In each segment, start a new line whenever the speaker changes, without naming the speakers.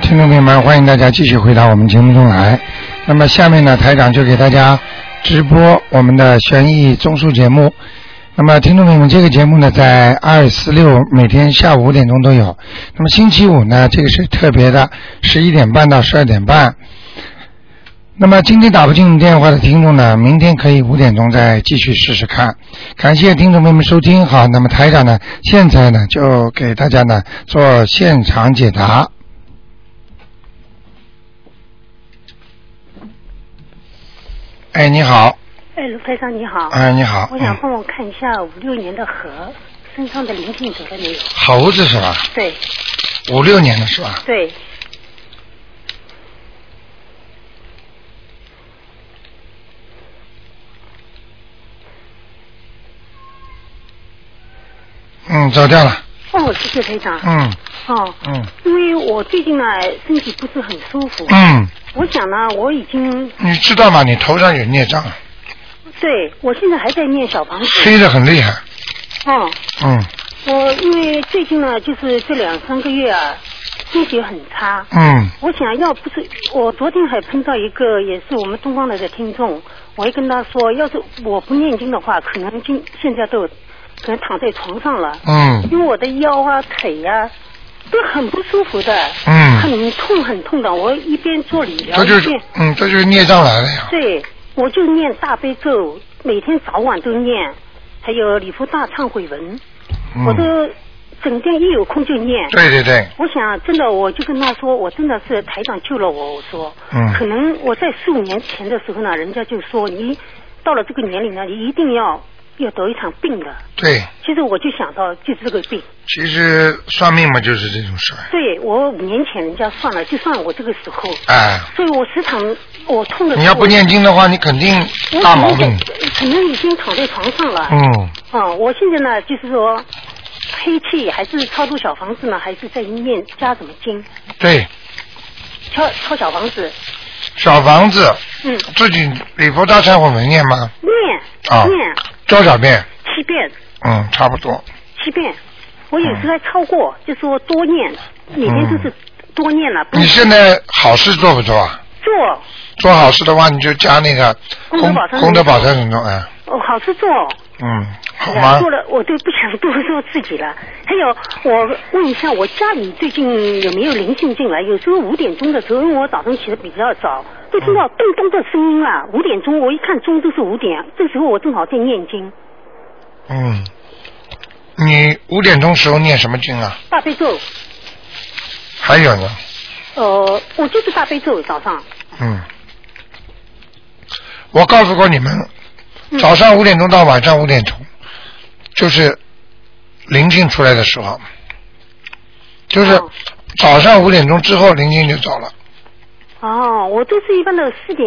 听众朋友们，欢迎大家继续回到我们节目中来。那么下面呢，台长就给大家直播我们的悬疑综述节目。那么听众朋友们，这个节目呢，在二四六每天下午五点钟都有。那么星期五呢，这个是特别的，十一点半到十二点半。那么今天打不进电话的听众呢，明天可以五点钟再继续试试看。感谢听众朋友们收听，好，那么台长呢，现在呢就给大家呢做现场解答。哎，你好，
哎，卢台长你好。
哎，你好，
我
嗯
想，帮我看一下五六年的河身上的灵性走了没有？
猴子是吧？
对
五六年的是吧？
对，
嗯，走掉了，
哦，谢谢台长。
嗯
哦，
嗯
因为我最近呢啊身体不是很舒服，
嗯，
我想呢我已经
你知道吗？你头上有孽障，
对我现在还在念小房子。
黑的很厉害，
哦，
嗯
我因为最近呢就是这两三个月啊身体很差。
嗯
我想要不是我昨天还碰到一个也是我们东方来的听众，我还跟他说，要是我不念经的话，可能今现在都有可能躺在床上了，
嗯
因为我的腰啊、腿呀、都很不舒服的，
嗯，
很痛很痛的。我一边做理疗，
这就
一
是
边
嗯，这就是孽障来了呀。
对，我就念大悲咒，每天早晚都念，还有礼佛大忏悔文，
嗯
我都整天一有空就念。
对对对，
我想，真的，我就跟他说，我真的是台长救了我。我说，
嗯
可能我在四五年前的时候呢，人家就说你到了这个年龄呢，你一定要要得一场病的。
对，
其实我就想到就是这个病，
其实算命嘛就是这种事儿，
对我五年前人家算了，就算我这个时候，
哎，
所以我时常我痛的时候，
你要不念经的话，你肯定
我
大毛病。
可能已经躺在床上了。
嗯
啊、我现在呢，就是说黑气还是超度小房子呢，还是在念加什么经，，
对，
敲敲小房子，
小房子
嗯。
自己礼佛大忏悔文念吗？
念
啊
念
多少遍？
七遍
嗯，差不多。
七遍，我有
嗯
时还超过，就说多念，每天都是多念了，不
你现在好事做不做啊？
做
做好事的话，你就加那个
功德
功
宝山
功德
神咒
宝山神咒，哎，
哦，好事做，
嗯，好吗
做？了我都不想 多做自己了。还有，我问一下，我家里最近有没有灵性进来？有时候五点钟的时候，因为我早上起得比较早，都听到咚咚的声音了。五点钟，我一看钟都是五点，这时候我正好在念经，
嗯，你五点钟时候念什么经啊？
大悲咒，
还有呢，
呃，我就是大悲咒早上。
嗯，我告诉过你们，
嗯
早上五点钟到晚上五点钟，就是灵性出来的时候，就是
哦
早上五点钟之后灵性就走了。
哦，我都是一般的四点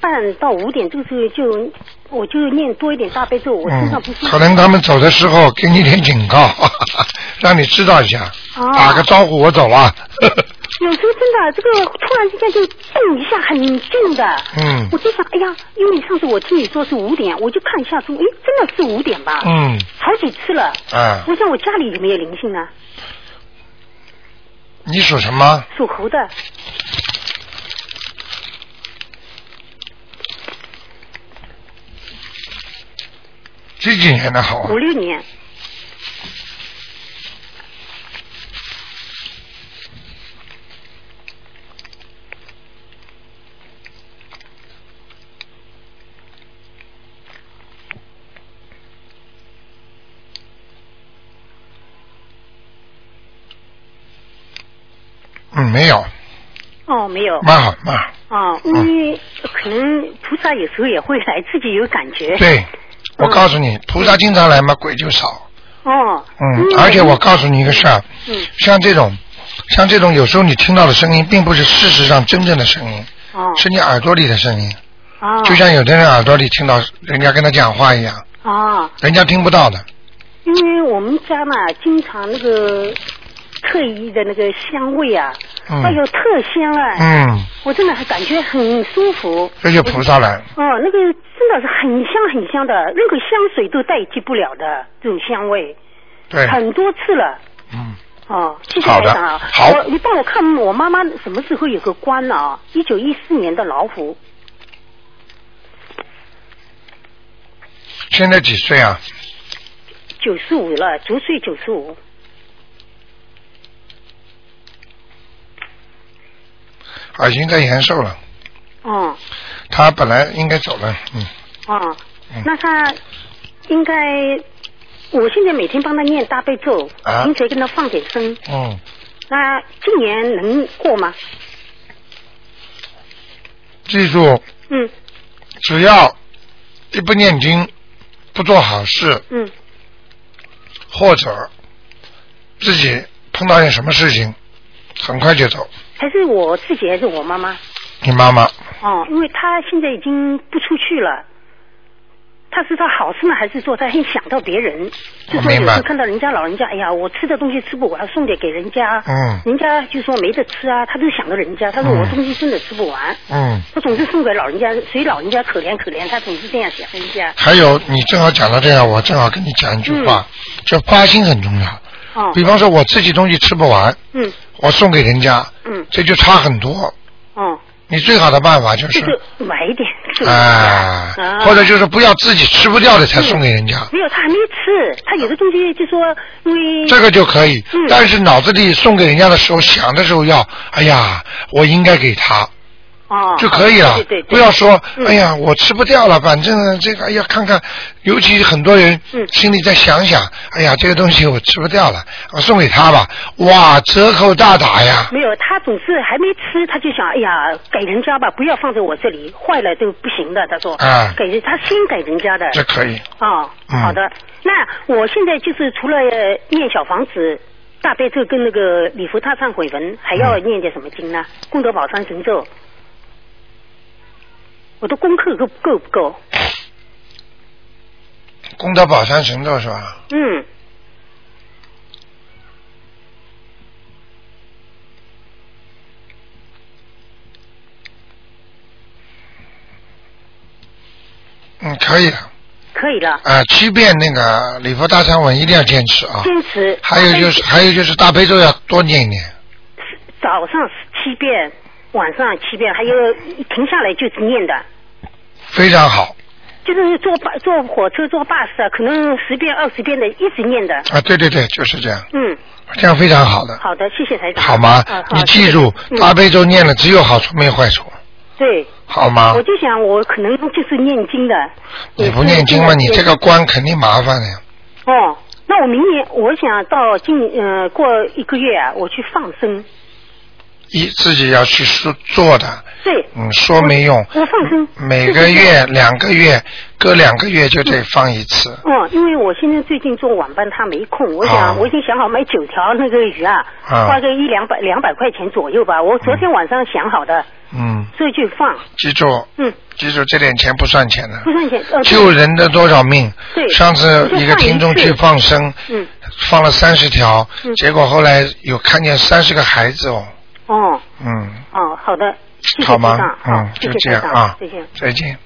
半到五点，这个时候就我就念多一点大悲咒，我身
嗯
上不舒服。
可能他们走的时候给你点警告， 让你知道一下，
哦啊
打个招呼，我走了。
有时候真的这个突然之间就动一下，很静的。
嗯
我就想，哎呀，因为上次我听你说是五点，我就看一下钟，哎，真的是五点吧？。
嗯，
好几次了。
啊，
我想我家里有没有灵性呢？
你属什么？
属猴的。
几几年的好啊
五？六年，
嗯，没有，
哦，没有，
蛮好，嗯蛮好。
哦，因为可能菩萨有时候也会来，自己有感觉，
对，我
嗯
告诉你，菩萨经常来嘛，鬼就少。
哦，因为
嗯，而且我告诉你一个事儿，
嗯，
像这种，像这种有时候你听到的声音，并不是事实上真正的声音，
哦，
是你耳朵里的声音。
哦，
就像有的人耳朵里听到人家跟他讲话一样，
哦，
人家听不到的。
因为我们家嘛，经常那个特意的那个香味啊，
嗯
哎呦，特香啊！
嗯，
我真的还感觉很舒服。
这就菩萨来。
哦，那个真的是很香很香的，任何香水都代替不了的这种香味，
对，
很多次了。
嗯，
哦，谢谢
好
台
的
长啊！
好
我你帮我看我妈妈什么时候有个关了啊？一九一四年的老虎，
现在几岁啊？
九十五了，足岁九十五。
啊，已经在延寿了。
哦，
他本来应该走了，嗯，
哦
嗯，
那他应该，我现在每天帮他念大悲咒，
啊
平时也跟他放点声。
嗯，
那今年能过吗？
记住，
嗯
只要一不念经，不做好事，
嗯
或者自己碰到点什么事情，很快就走。
还是我自己还是我妈妈？
你妈妈
哦，因为她现在已经不出去了。她是她好吃呢，还是说她很想到别人？就
我
说有
明
时
白
候看到人家老人家，哎呀，我吃的东西吃不完，送点给人家。
嗯
人家就说没得吃啊，她就想到人家，她说
嗯
我东西真的吃不完，
嗯，
我总是送给老人家，谁老人家可怜可怜，她总是这样想人家。
还有你正好讲到这样，我正好跟你讲一句话，就发心很重要。
嗯哦，
比方说我自己东西吃不完，
嗯
我送给人家，
嗯，
这就差很多。
哦，
你最好的办法就
就是是买一点给人家
啊，或者就是不要自己吃不掉的才送给人家，
没有，他还没吃，他有的东西就说因为
这个就可以
嗯。
但是脑子里送给人家的时候，想的时候要，哎呀，我应该给他
哦
就可以了
对对，对，
不要说，
嗯
哎呀，我吃不掉了，反正这个，哎呀，看看，尤其很多人
嗯
心里在想想，哎呀，这个东西我吃不掉了，我送给他吧，哇，折扣大打呀，
没有，他总是还没吃，他就想，哎呀，给人家吧，不要放在我这里，坏了都不行的。他说，
啊
给人他先给人家的。
这可以，
哦，
嗯
好的。那我现在就是除了呃念小房子、大悲咒跟那个礼佛大忏悔文，还要
嗯
念点什么经呢？功德宝山神咒。我的功课够够不够？
功德宝山神咒是吧？
嗯，
嗯，可以的，啊、
可以了，
七遍那个礼佛大忏文一定要坚持啊。
坚持。
还有就是，还有就是大悲咒要多念一念，
早上七遍，晚上七遍，还有停下来就念的。
非常好
就是坐巴坐火车坐 bus 啊，可能十遍二十遍的一直念的。
啊！对对对，就是这样，
嗯，
这样非常好的，
好的，谢谢台长。
好吗
嗯？好
你记住
谢谢，
大
嗯、
悲咒念了只有好处没有坏处，
对，
好吗
我？就想我可能就是念经的。
你不念经嘛，你这个关肯定麻烦的呀。
哦，那我明年我想到今呃过一个月啊，我去放生。
一自己要去说做的，
对，
嗯，说没用。
我放生。
每个 月两个月，隔两个月就得放一次。
哦，因为我现在最近做晚班，他没空。我
啊
想，我已经想好买九条那个鱼啊，
啊
花个一两百两百块钱左右吧。我昨天晚上想好的，
嗯，
所以就放。
记住，
嗯，
记住这点钱不算钱的。
不算钱。呃，
救人的多少命？
对
上次一个听众去放生，
嗯，
放了三十条，
嗯
结果后来有看见三十个孩子哦，
哦
嗯，
哦，好的，谢谢
好吗
台长？
嗯
好，谢
就
谢
这
台
样
长
啊
再见。，
再见。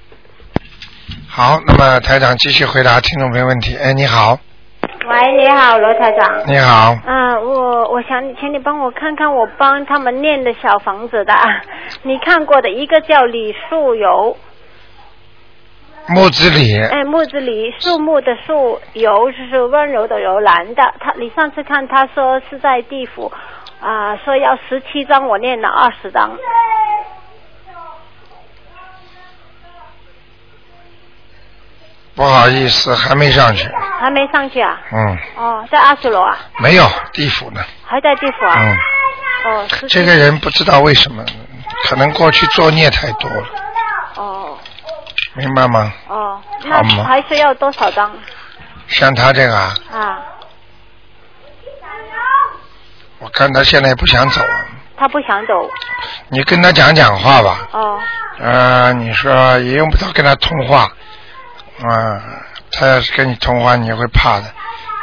好，那么台长继续回答听众朋友问题。哎，你好，
喂，你好，罗台长。
你好，
嗯、我我想请你帮我看看我帮他们念的小房子的， 你看过的一个叫李树油，
木子李，
哎，木子李，树木的树，油就是温柔的柔，蓝的。他你上次看他说是在地府，啊、说要十七张，我念了二十张。
不好意思，还没上去，
还没上去啊？
嗯，
哦，在阿修罗啊，
没有地府呢，
还在地府啊？
嗯，
哦，是
这个人不知道为什么，可能过去作孽太多了，
哦
明白吗？
哦，那
好嘛
还需要多少张
像他这个啊，
啊？
我看他现在也不想走啊，
他不想走
你跟他讲讲话吧，
哦。
啊，你说也用不着跟他通话，啊、他要是跟你通话，你会怕的，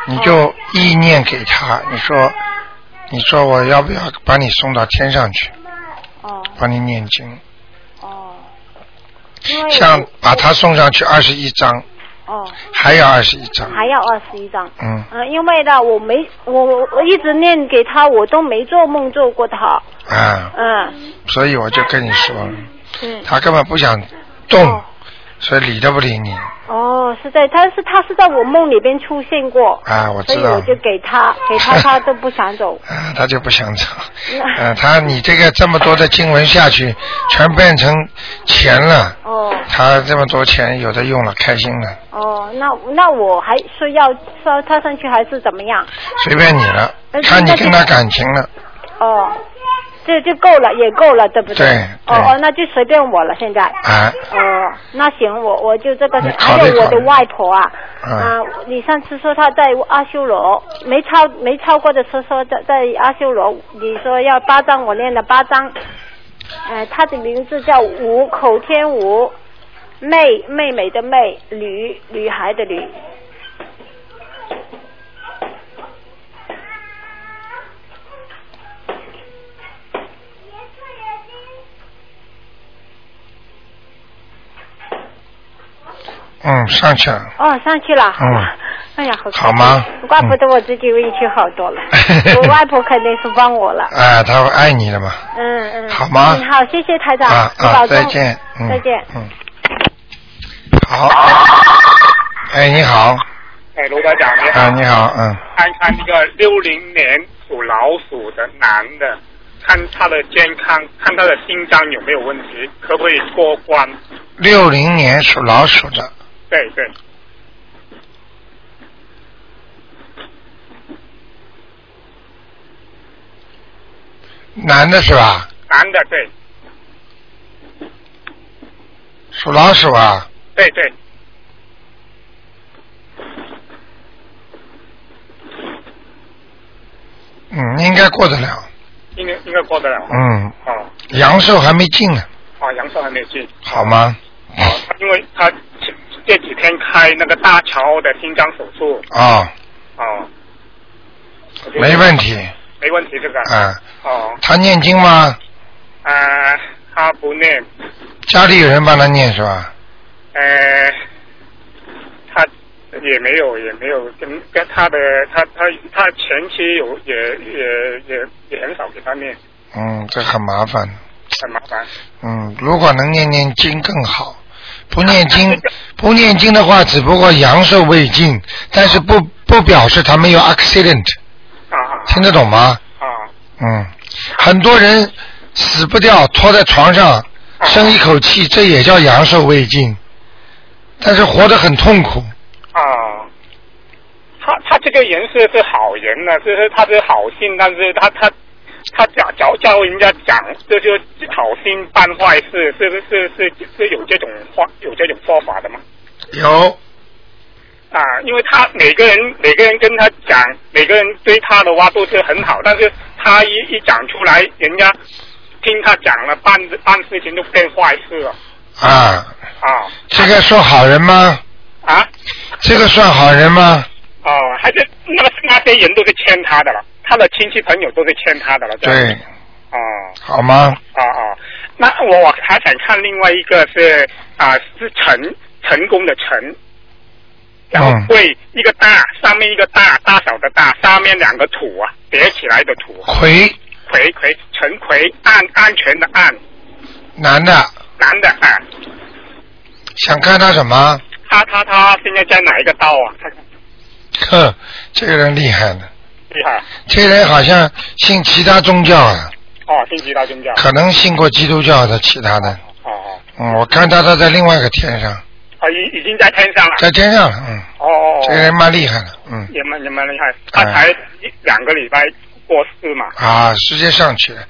你
哦
就意念给他，你说，你说我要不要把你送到天上去，
哦
帮你念经，
哦，因为
像把他送上去二十一章，
哦，
还要二十一张。
还要二十一张。
嗯
嗯，因为呢，我没我我我一直念给他，我都没做梦做过他。
啊，
嗯
所以我就跟你说了，
嗯。
他根本不想动
哦，
所以理都不理你
哦，是在，他是他是在我梦里边出现过，
啊，我
所
知
以
道
我。就给他给他，他都不 想走。
啊，他就不想走。
那
啊，他你这个这么多的经文下去，全变成钱了。
哦
他这么多钱有的用了，开心了，
哦，那那我还是要烧他上去还是怎么样？
随便你了
呃，
看你
那
跟
就
他感情了。
哦，这就够了，也够了，对不
对
哦
对
哦，那就随便我了，现在。
啊，
哦，那行，我我就这个
你，考
还
虑
有我
考虑
的外婆啊，
嗯
啊，你上次说她在阿修罗，没超没超过的时候说在在阿修罗，你说要八张，我练了八张，呃，她的名字叫吴口天吴，妹妹妹的妹，女女孩的女，
嗯，上去了。
哦，上去了，
嗯
哎呀，好开心
好吗
怪不得我自己委屈好 多了，我外婆肯定是帮我了。
啊，他会爱你的嘛。
嗯嗯，
好吗
嗯，好，谢谢台长，
啊
你
啊，
保重
再见。嗯、
再见。
嗯。好。哎，你好。
哎，卢台长你好，
啊，你好，嗯。
看看那个六零年属老鼠的男的，看他的健康，看他的心脏有没有问题，可不可以过关？
六零年属老鼠的，
对对，
男的是吧？
男的对
属老鼠啊，
对对，
嗯，应该过得了，应
应该应该过得了。
嗯，
哦
阳寿还没哦尽呢，
哦，阳寿还没有进，
好吗？
他因为他前这几天开那个大桥的心脏手术，
哦，
哦，我觉得
没问题，
没问题这个，
啊，
哦，
他念经吗？
呃，他不念，
家里有人帮他念是吧？
呃，他也没有，也没有跟跟他的他他他前妻有也也也也很少给他念，
嗯，这很麻烦，
很麻烦。
嗯，如果能念念经更好，不念 经，不念经的话，只不过阳寿未尽，但是不不表示他没有 accident，
啊啊
听得懂吗？
啊！
嗯，很多人死不掉，拖在床
啊
上生一口气，这也叫阳寿未尽，但是活得很痛苦。
啊，他他这个人是是好人呢、就是他是好心，但是他他他教教教人家讲，这就是好心办坏事，是不是是是是有这种话有这种说法的吗？
有，
啊，因为他每个人每个人跟他讲，每个人对他的话都是很好，但是他一一讲出来，人家听他讲了，办办事情就变坏事了
啊，
啊
这个算好人吗？
啊
这个算好人吗？
哦、还是那个那些人都是欠他的了，他的亲戚朋友都是欠他的了。这样
对，
哦
好吗？
哦哦，那我我还想看另外一个是啊、是成成功的成，然后
嗯
贵一个大，上面一个大大小的大，上面两个土啊，叠起来的土，啊
魁，
葵葵陈葵安安全的安，
男的，
男的啊，
想看他什么？
他他他现在在哪一个道啊？看看
哼，这个人厉害呢，
厉害
这个人好像信其他宗教啊，
哦，星期道宗教
可能信过基督教的其他的。
哦哦，
嗯，我看他他在另外一个天上，
啊已已经在天上了
在天上了，嗯。
哦哦
这个
哦，
人蛮厉害的，嗯，哎
也蛮也蛮厉害，他才一两个礼拜过世嘛，
啊，直接上去了，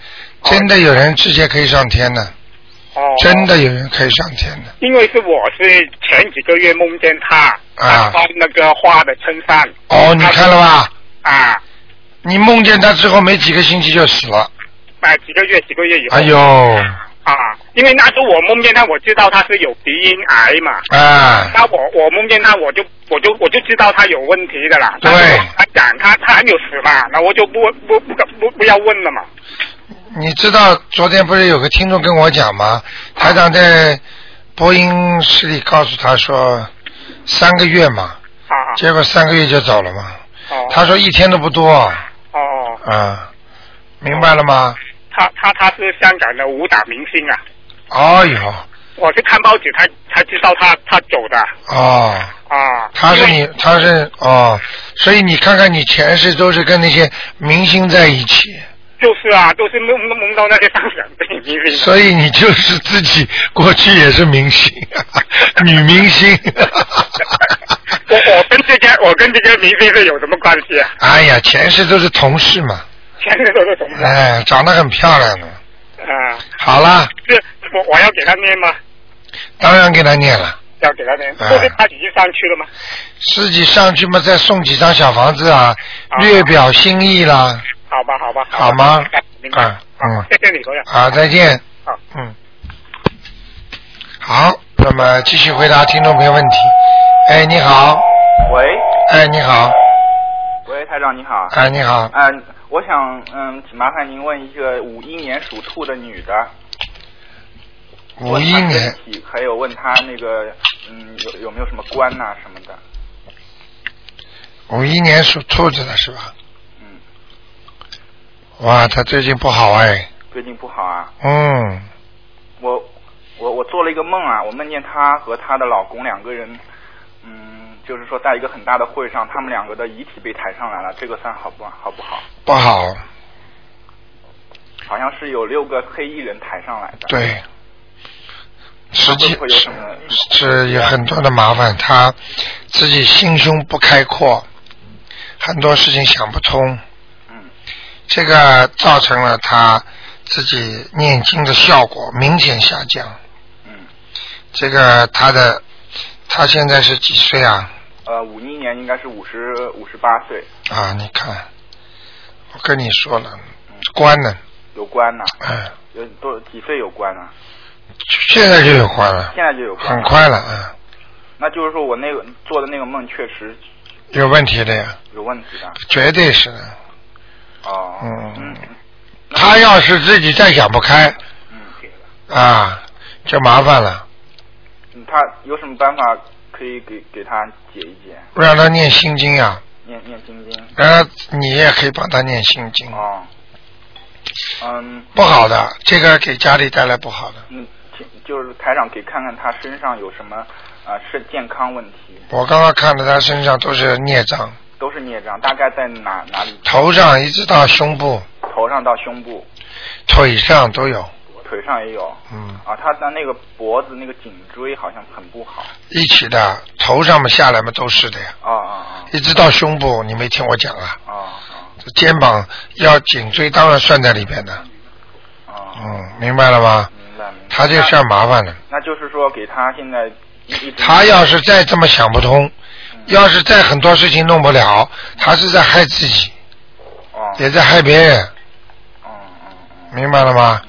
真的有人直接可以上天的，
哦，
真的有人可以上天的，
因为是我是前几个月梦见他，
啊
他穿那个花的衬衫
哦，你看了吧？
啊，
你梦见他之后没几个星期就死了，
啊几个月几个月以后，
哎呦，
啊，因为那时候我梦见他，我知道他是有鼻咽癌嘛，
啊，
那我我梦见他，我就我就我就知道他有问题的啦。
对
他讲他他还没有死嘛，那我就不不不不不要问了嘛。
你知道昨天不是有个听众跟我讲吗？台长在播音室里告诉他说，三个月嘛，
啊啊
结果三个月就走了嘛。
哦
他说一天都不多，
哦哦，
啊，明白了吗？
他他他是香港的武打明星啊，
哎呦，
我是看报纸才才知道他他走的
哦，
啊。
他是
因
你
为，
他是哦，所以你看看你前世都是跟那些明星在一起，
就是啊，都是梦梦梦到那些香港的明星。
所以你就是自己过去也是明星， 女明 星。
我我跟这些我跟这些明星是有什么关系啊？
哎呀，前世都是同事嘛，
前面都是什么？
哎，长得很漂亮的。
啊，
好啦，
是我我要给他念吗？
当然给他念了。
要给他念，
啊
就是他已经上去了吗？
自己上去嘛，再送几张小房子啊，略表心意啦，
好吧，好吧，
好吗
明白？明白。
啊，嗯，
谢谢你，朋友。
好，再见。
好，
嗯。好，那么继续回答听众朋友问题。哎，你好，
喂，
哎，你好，
喂，台长你好。
哎，你好，
嗯、我想嗯，麻烦您问一个五一年属兔的女的，
五一
问她
年
身体，还有问她那个嗯有有没有什么关呐、什么的，
五一年属兔子的是吧？
嗯，
哇，他最近不好哎，
最近不好啊。
嗯，
我我我做了一个梦啊，我梦见她和她的老公两个人，嗯，就是说在一个很大的会上，他们两个的遗体被抬上来了，这个算好不好不好？
不好，
好像是有六个黑衣人抬上来的。。
对，实际
会不会有什么
是有很多的麻烦，他自己心胸不开阔，很多事情想不通，
嗯
这个造成了他自己念经的效果明显下降。
嗯，
这个他的他现在是几岁啊？
呃，五一年应该是五十五十八岁，
啊，你看，我跟你说了，关了，
有关呐、
嗯，
有多几岁有关啊？
现在就有关了，
现在就有关
很
啊，
快了，嗯，
那就是说我那个做的那个梦确实
有问题的呀，
有问题的
绝对是的。
哦。
嗯
嗯
他要是自己再想不开
嗯
啊，就麻烦了，
嗯，他有什么办法可以给给他解一解？
让他念心经呀、
念念心经
然后你也可以帮他念心经，
哦。嗯
不好的，这个给家里带来不好的。
嗯，请就是台长给看看他身上有什么啊是、健康问题，
我刚刚看到他身上都是孽障，
都是孽障，大概在哪哪里？
头上一直到胸部、
头上到胸部，
腿上都有，
腿上也有。
嗯，
啊，他的那个脖子那个颈椎好像很不好。
一起的，头上嘛下来嘛都是的呀，
啊啊
一直到胸部，你没听我讲啊？
啊啊
肩膀、腰、颈椎当然算在里边的，
啊啊！
嗯，明白了吗？
明白明白。
他这事儿麻烦了。
那就是说给他现在一直
他要是再这么想不通，
嗯
要是再很多事情弄不了，他是在害自己，
哦
也在害别人，
嗯嗯嗯，
明白了吗？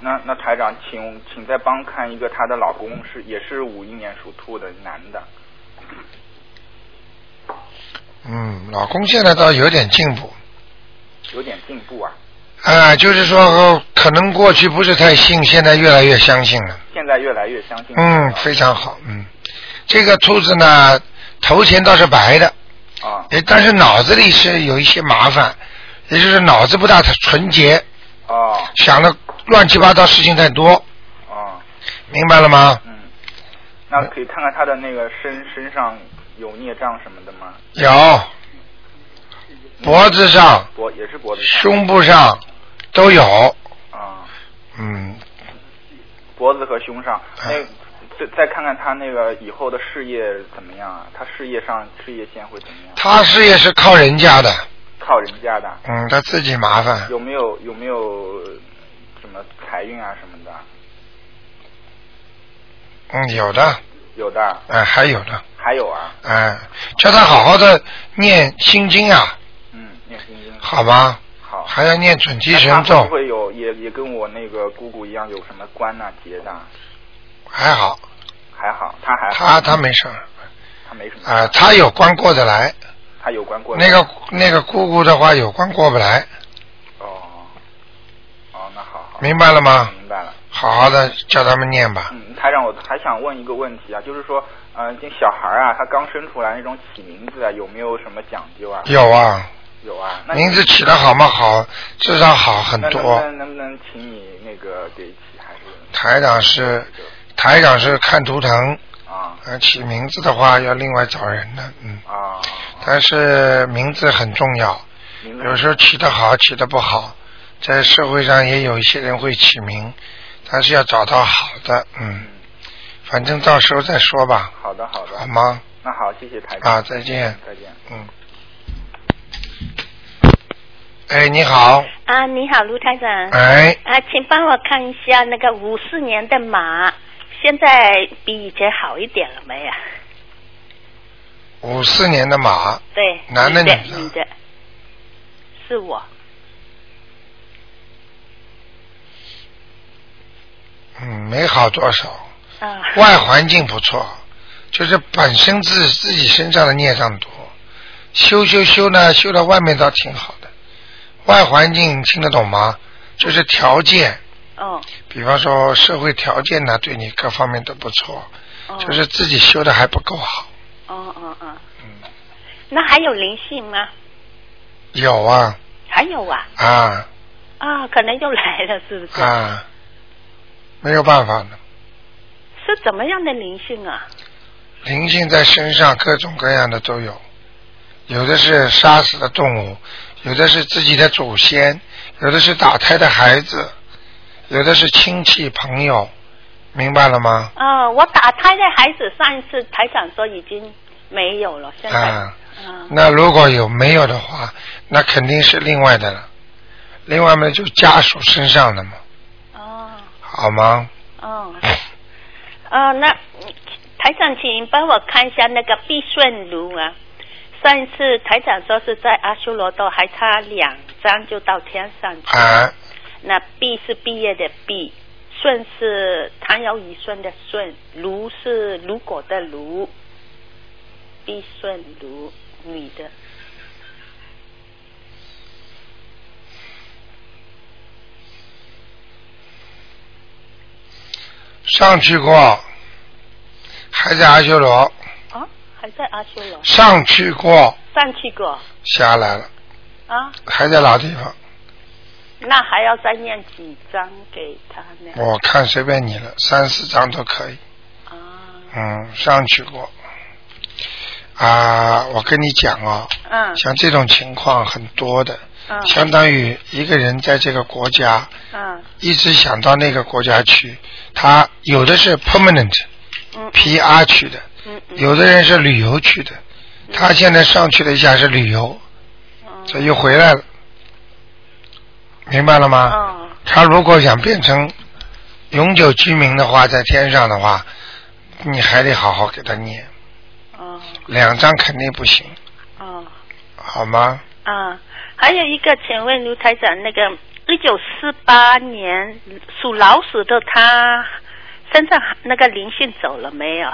那那台长，请请再帮看一个她的老公是也是五一年属兔的男的，
嗯，老公现在倒有点进步，
有点进步啊，
啊、就是说、呃可能过去不是太信，现在越来越相信了，
现在越来越相信
嗯，非常好，嗯，这个兔子呢，头前倒是白的，
啊
诶但是脑子里是有一些麻烦，也就是脑子不大纯洁，
哦
想的乱七八糟事情太多，
哦
明白了吗？
嗯，那可以看看她的那个身身上有孽障什么的吗？
有，脖子上、
脖也是脖子上
胸部上都有，
啊，
嗯，
脖子和胸上
啊
那。再再看看她那个以后的事业怎么样啊？她事业上事业线会怎么样？
他事业是靠人家的，
靠人家的，
嗯，他自己麻烦，
有没有有没有什么财运啊什么的？
嗯，有的，
有的，
哎，还有的，
还有啊，
哎，叫他好好的念心经啊，
嗯，念心经
好吗？
好。
还要念准提
那
神
他会
咒
不，会有也也跟我那个姑姑一样有什么关呐、结的？啊
还好，
还好，他还好，
他他没事儿，
他没什么
啊、他有关过得来，
他有关过
那个那个姑姑的话有关过不来，
哦哦，那好好
明白了吗？
明白了。
好好的叫他们念吧，
嗯，台长，我还想问一个问题啊，就是说，嗯、这小孩啊，他刚生出来那种起名字啊，有没有什么讲究啊？
有啊，
有啊，那
名字起得好吗？好，至少好很
那
多。
能不能能不能请你那个给起还是
台长是台长是看图腾，
啊
呃，起名字的话要另外找人的，嗯，
啊？
但是名字很重要，
明白
有时候起得好，起得不好，在社会上也有一些人会起名，但是要找到好的，嗯，
嗯，
反正到时候再说吧，
好的好的
好，吗？
那好，谢谢台长
啊，再见，
再见。
嗯。哎，你好，
啊，你好，卢台长。
哎，
啊，请帮我看一下那个五四年的马，现在比以前好一点了没啊有？
五四年的马，
对，
男的
女的
女的
女的，是我。
嗯，没好多少，
啊，
外环境不错，就是本身自自己身上的孽障多，修修修呢，修到外面倒挺好的。外环境听得懂吗？就是条件，
哦，
比方说社会条件呢，对你各方面都不错，
哦
就是自己修的还不够好。
哦哦哦，
嗯，
那还有灵性吗？
有啊
还有啊，
啊
啊，可能又来了，是不是？
啊，没有办法的，
是怎么样的灵性啊？
灵性在身上各种各样的都有，有的是杀死的动物，有的是自己的祖先，有的是打胎的孩子，有的是亲戚朋友，明白了吗？
啊，我打胎的孩子上一次台长说已经没有了，现在，
啊，
啊
那如果有没有的话，那肯定是另外的了，另外嘛就家属身上的嘛，
哦。
好吗？
哦，哦，那嗯台长，请帮我看一下那个必顺炉啊。上一次台长说是在阿修罗道，还差两张就到天上去。
啊，
那毕是毕业的毕，顺是唐尧虞舜的舜，卢是如果的卢，毕顺卢，女的。
上去过，还在阿修罗，
啊，还在阿修罗
上去过，
上去过
下来了，
啊？
还在老地方。
那还要再念几张给他呢？
我看随便你了，三四张都可以。
啊，
嗯，上去过。啊，我跟你讲哦，
嗯
像这种情况很多的，
嗯
相当于一个人在这个国家
嗯
一直想到那个国家去，他有的是 permanent
嗯
PR 去的，
嗯嗯
有的人是旅游去的，他现在上去了一下是旅游，
嗯
这又回来了，明白了吗？
哦
他如果想变成永久居民的话，在天上的话，你还得好好给他念，
哦
两张肯定不行，
哦
好吗？
啊！还有一个，请问卢台长，那个一九四八年属老鼠的他身上那个灵性走了没有？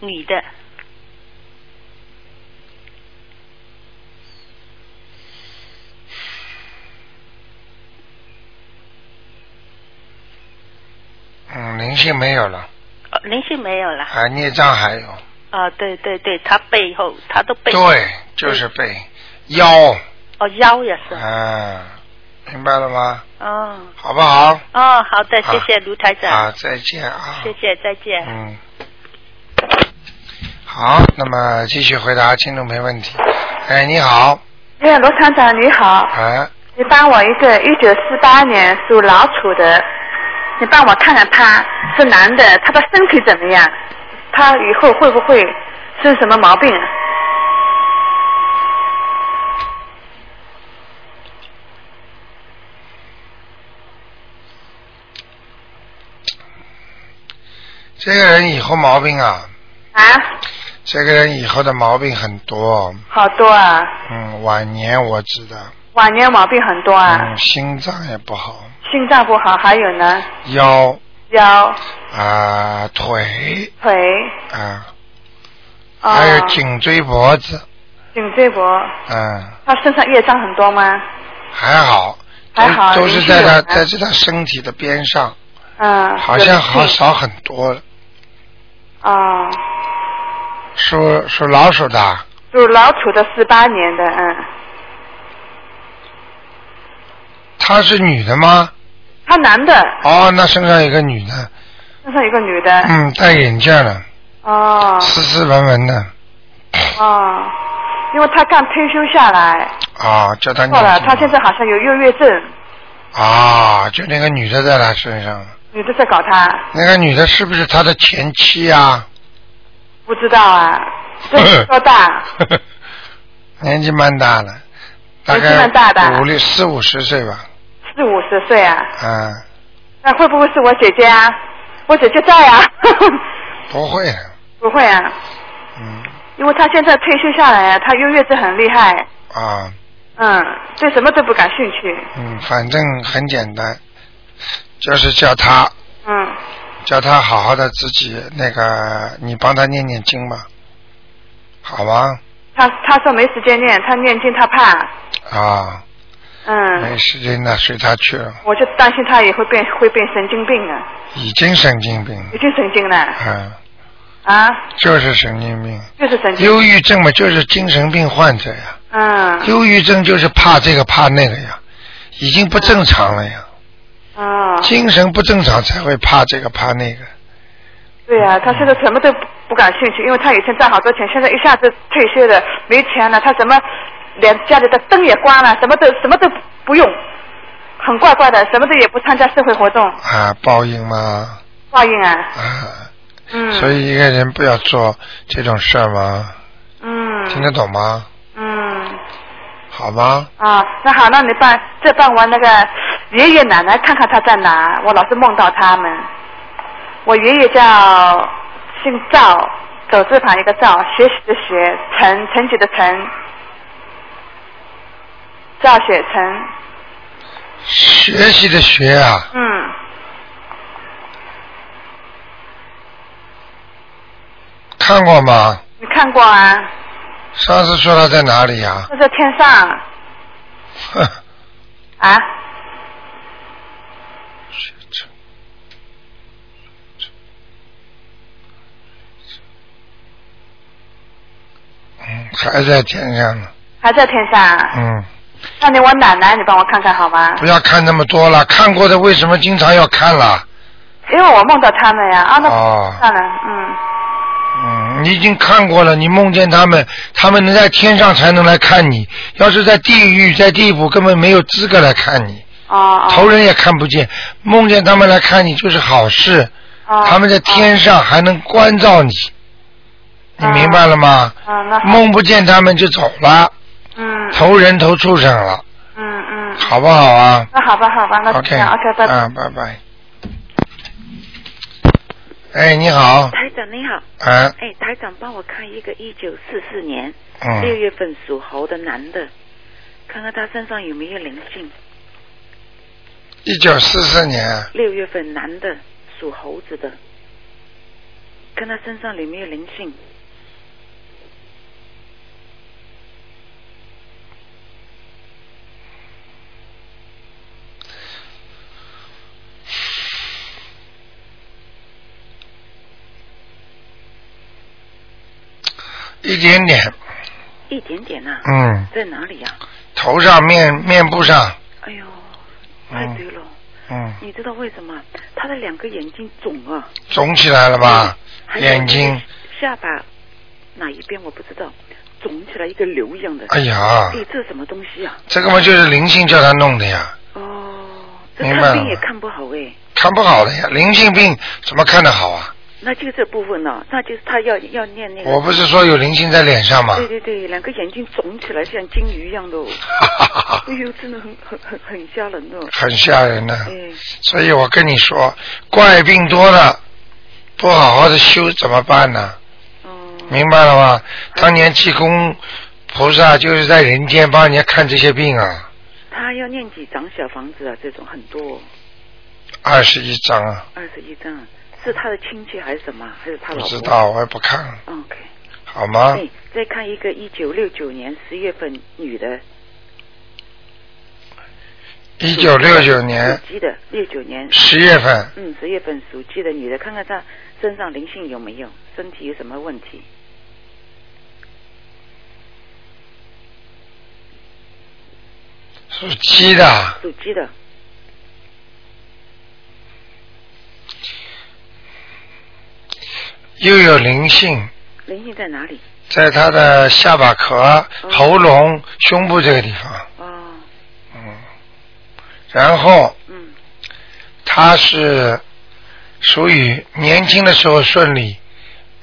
女的
嗯，灵性没有了，
哦灵性没有了。
啊，孽障还有，
啊，对对对，他背后他都背
对，
嗯
就是背腰，
哦腰也是。
啊，明白了吗？
哦
好不好？
哦，好的，
啊
谢谢卢台长，
啊，再见啊，
谢谢，再见。
嗯，好，那么继续回答听众朋友问题。哎，你好，
哎，罗厂长你好，
啊，
你帮我一个一九四八年属老鼠的，你帮我看看他是男的，他的身体怎么样？他以后会不会生什么毛病？
这个人以后毛病啊，
啊，
这个人以后的毛病很多，
好多啊，
嗯，晚年我知道，
晚年毛病很多啊，
嗯，心脏也不好，
心脏不好，还有呢，
腰
腰、
啊、腿
腿，
啊、
哦、
哎还有颈椎、脖子，
颈椎脖，
嗯，
他身上业障很多吗？
还好，
还好
都都是在他
灵性有呢
在这他身体的边上，
啊、嗯，
好像好少很多了。
哦，
属属老鼠的啊，
属老鼠的，四八年的，嗯，
她是女的吗？
他男的，
哦，那身上有个女的，
身上有个女的，
嗯，戴眼镜的，
哦
斯斯文文的，
哦，因为他刚退休下来，
啊，叫她女
错了，他现
的。
在好像有忧郁症，
啊，就那个女的在她身上，
女的在搞他，
那个女的是不是她的前妻啊？
不知 道啊，这多大？
年纪蛮大了，大
年纪蛮大
概
的
五六四五十岁吧，
四五十岁啊？
啊，
那会不会是我姐姐啊？我姐姐在啊？
不会的，
不会啊，
嗯，
因为他现在退休下来啊，他忧郁症很厉害，
啊，
嗯，对什么都不感兴趣，
嗯，反正很简单，就是叫她
嗯，
叫她好好的自己那个，你帮她念念经吧，好吗？
他他说没时间念，他念经他怕，
啊，没
嗯，
时间了，随她去了，
我就担心他以后变会变神经病啊，
已经神经病了，
已经神经了
啊，
啊，
就是神经病。
就是神经，
忧郁症嘛，就是精神病患者呀。
嗯
忧郁症就是怕这个怕那个呀，已经不正常了呀。
啊，
精神不正常才会怕这个怕那个。
对呀、啊，他现在什么都不不感兴趣，因为他以前赚好多钱，现在一下子退休了，没钱了，他什么连家里的灯也关了，什么都什么都不用，很怪怪的，什么都也不参加社会活动，
啊，报应嘛
报应啊，
啊！
嗯，
所以一个人不要做这种事儿嘛，听
嗯
得懂吗？
嗯
好吗？
啊，那好，那你帮再帮我那个爷爷奶奶看看他在哪，我老是梦到他们。我爷爷叫姓赵，走字旁一个赵，学习的学，陈陈举的陈，赵雪成。
学习的学啊，
嗯，
看过吗？
你看过啊？
上次说他在哪里啊呀、
那在天上
哼，
啊？
学成嗯，还在天上呢。
还在天上？
嗯，
那你我奶奶，你帮我看看好吗？
不要看那么多了，看过的为什么经常要看了？
因为我梦到他们呀。啊，那
哦
算了，嗯，
嗯，你已经看过了，你梦见他们，他们能在天上才能来看你，要是在地狱、在地府根本没有资格来看你，
哦
头
哦
人也看不见，梦见他们来看你就是好事，
哦。
他们在天上还能关照你，你明白了吗？
哦。嗯，那好
梦不见他们就走了，
嗯
投人投畜生了，
嗯嗯。
好不好啊
那好吧，好吧，那就这
？OK
样，OK，拜拜。
啊，拜拜。哎，你好，
台长你好，
啊，
哎，台长帮我看一个一九四四年六
嗯，
月份属猴的男的，看看他身上有没有灵性。
一九四四年，
六月份男的属猴子的，看他身上有没有灵性。
一点点，
一点点呐、
嗯，
在哪里呀、
头上面面部上，
哎呦，太对了！
嗯，
你知道为什么？他的两个眼睛肿啊，
肿起来了吧？
还有
眼睛，
下巴哪一边我不知道，肿起来一个瘤一样的。
哎呀
哎，，这是什么东西啊？
这个嘛就是灵性叫他弄的呀，
哦，这
明白了
看病也看不好哎。
看不好的呀，灵性病怎么看得好啊？
那就这部分呢、那就是他要要念那个。
我不是说有灵性在脸上吗？
嗯对对对，两个眼睛肿起来像金鱼一样 的、哦，
哈哈哈哈
哎呦，真的很很很很吓人哦。
很吓人啊的、
哎，
所以我跟你说，怪病多了，不好好的修怎么办呢？
哦、
明白了吗？当年济公菩萨就是在人间帮人家看这些病啊，
他要念几张小房子啊？这种很多、哦，
二十一章啊，
二十一张，是他的亲戚还是什么？啊还是他
不
老婆？
知。道啊我也不看了，
OK，
好吗？
哎，再看一个一九六九年十月份女的，
1969年
属鸡的，六九年
10月份
嗯，十月份属鸡的女的，看看她身上灵性有没有，身体有什么问题？
属鸡的，
属鸡的，
又有灵性，
灵性在哪里？
在他的下巴壳、
嗯
喉咙、胸部这个地方，
哦，
嗯，然后
嗯，
他是属于年轻的时候顺利，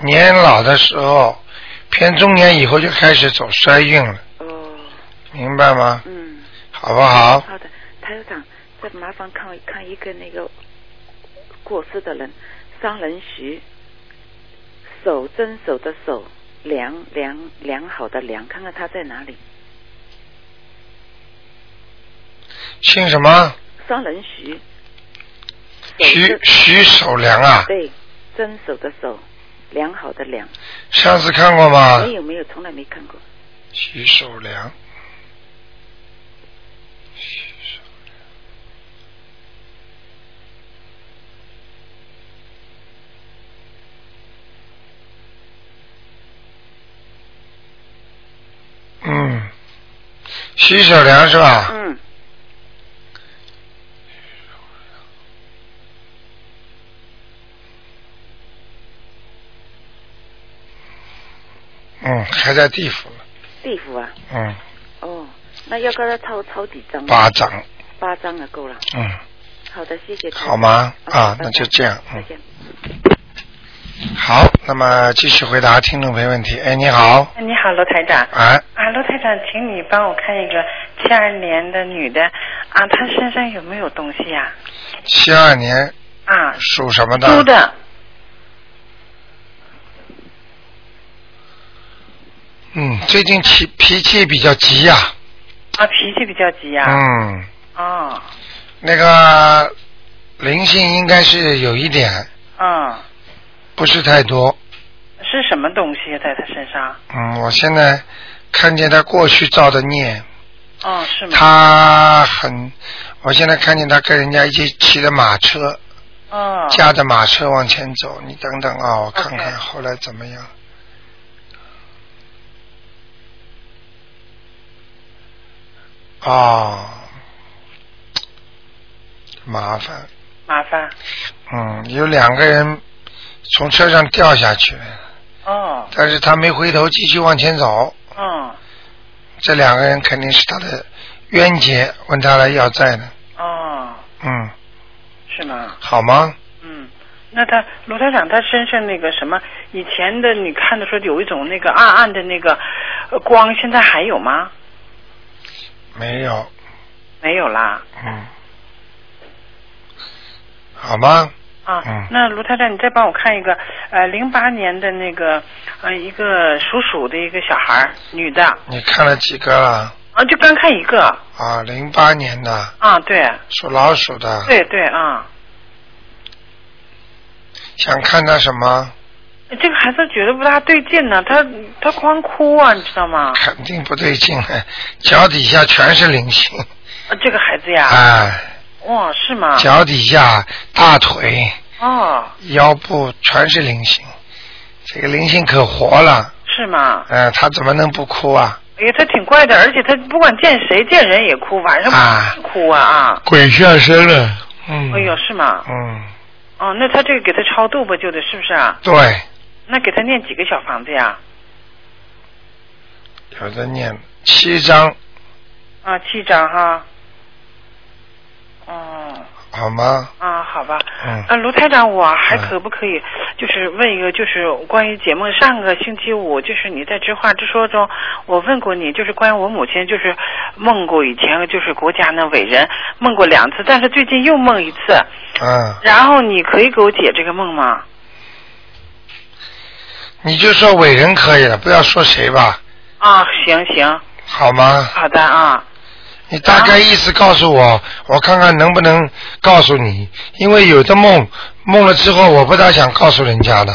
年老的时候偏中年以后就开始走衰运了，
哦，
明白吗？
嗯，
好不好？
好的，台长，再麻烦看看一个那个过世的人，商人徐，手真手的手，良良良好的良，看看他在哪里？
姓什么？
商人徐，
徐徐守良啊，
对，真手的手，良好的良，
上次看过吗？
没有没有，从来没看过。
徐守良。徐守良嗯，徐守良是吧？
嗯，
嗯，还在地府呢。
地府啊，
嗯，
哦，那要跟他抄抄几张啊？
巴掌。
八张啊，够了。
嗯，
好的，谢谢台长。
好吗？啊
好，
那就这样。嗯
拜拜再，见。
好，那么继续回答听众朋友问题。哎，你好，
你好，罗台长。
哎，
啊，罗台长，请你帮我看一个七二年的女的啊，她身上有没有东西呀、
七二年
啊？
属什么的？
猪的，
嗯，最近脾脾气比较急呀、
啊，脾气比较急呀、
嗯，
哦，
那个灵性应该是有一点，
嗯，
不是太多。
是什么东西在她身上？
嗯，我现在看见他过去造的孽，
哦，是吗？
他很，我现在看见他跟人家一起骑着马车，
哦，
驾着马车往前走。你等等啊，我看看
OK
后来怎么样。哦，麻烦，
麻烦。
嗯，有两个人从车上掉下去了，
哦，
但是他没回头，继续往前走。
嗯，
这两个人肯定是他的冤结，问他来要债呢。
哦，
嗯，
是吗？
好吗？
嗯，那他罗台长他身上那个什么，以前的你看的时候有一种那个暗暗的那个呃光，现在还有吗？
没有，
没有啦。
嗯，好吗？
啊，
嗯
那卢太太，你再帮我看一个，呃，零八年的那个，呃，一个属鼠的一个小孩儿，女的，
你看了几个了？
啊，就刚看一个，
啊，零八年的，
啊，对，
属老鼠的，
对对啊，
想看他什么？
这个孩子觉得不大对劲呢，他他光哭啊，你知道吗？
肯定不对劲，脚底下全是灵性，
啊这个孩子呀，
哎，
哇，是吗？
脚底下、大腿、
哦，
腰部全是灵性，这个灵性可活了，
是吗？
呃，他怎么能不哭啊？
哎呀，他挺怪的，而且他不管见谁见人也哭，晚上
啊
哭啊啊！
鬼上身了，嗯，
哎呦，是吗？
嗯，
哦，那他这个给他超度吧，就得是不是啊？
对，
那给他念几个小房子呀？
有的念七章，
啊，七张哈。哦，
好吗？
啊，好吧。
嗯
啊，卢台长，我还
嗯
可不可以就是问一个，就是关于节目，上个星期五就是你在知话直说中，我问过你，就是关于我母亲，就是梦过以前就是国家那伟人梦过两次，但是最近又梦一次。
嗯，
然后你可以给我解这个梦吗？
你就说伟人可以了，不要说谁吧，
啊，行行，
好吗？
好的啊，
你大概意思告诉我，我看看能不能告诉你，因为有的梦梦了之后，我不大想告诉人家的，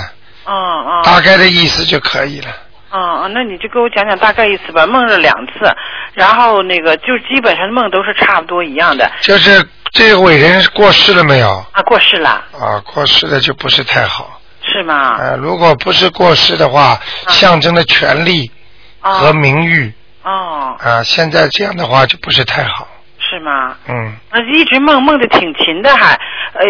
嗯嗯
大概的意思就可以了，
嗯嗯，那你就给我讲讲大概意思吧。梦了两次，然后那个就是基本上梦都是差不多一样的。
就是这个伟人过世了没有？
啊，过世了
啊，过世了就不是太好。
是吗？啊
呃，如果不是过世的话，象征了权力和名誉
哦，
啊，现在这样的话就不是太好。
是吗？
嗯，
啊，一直梦梦的挺勤的还，呃，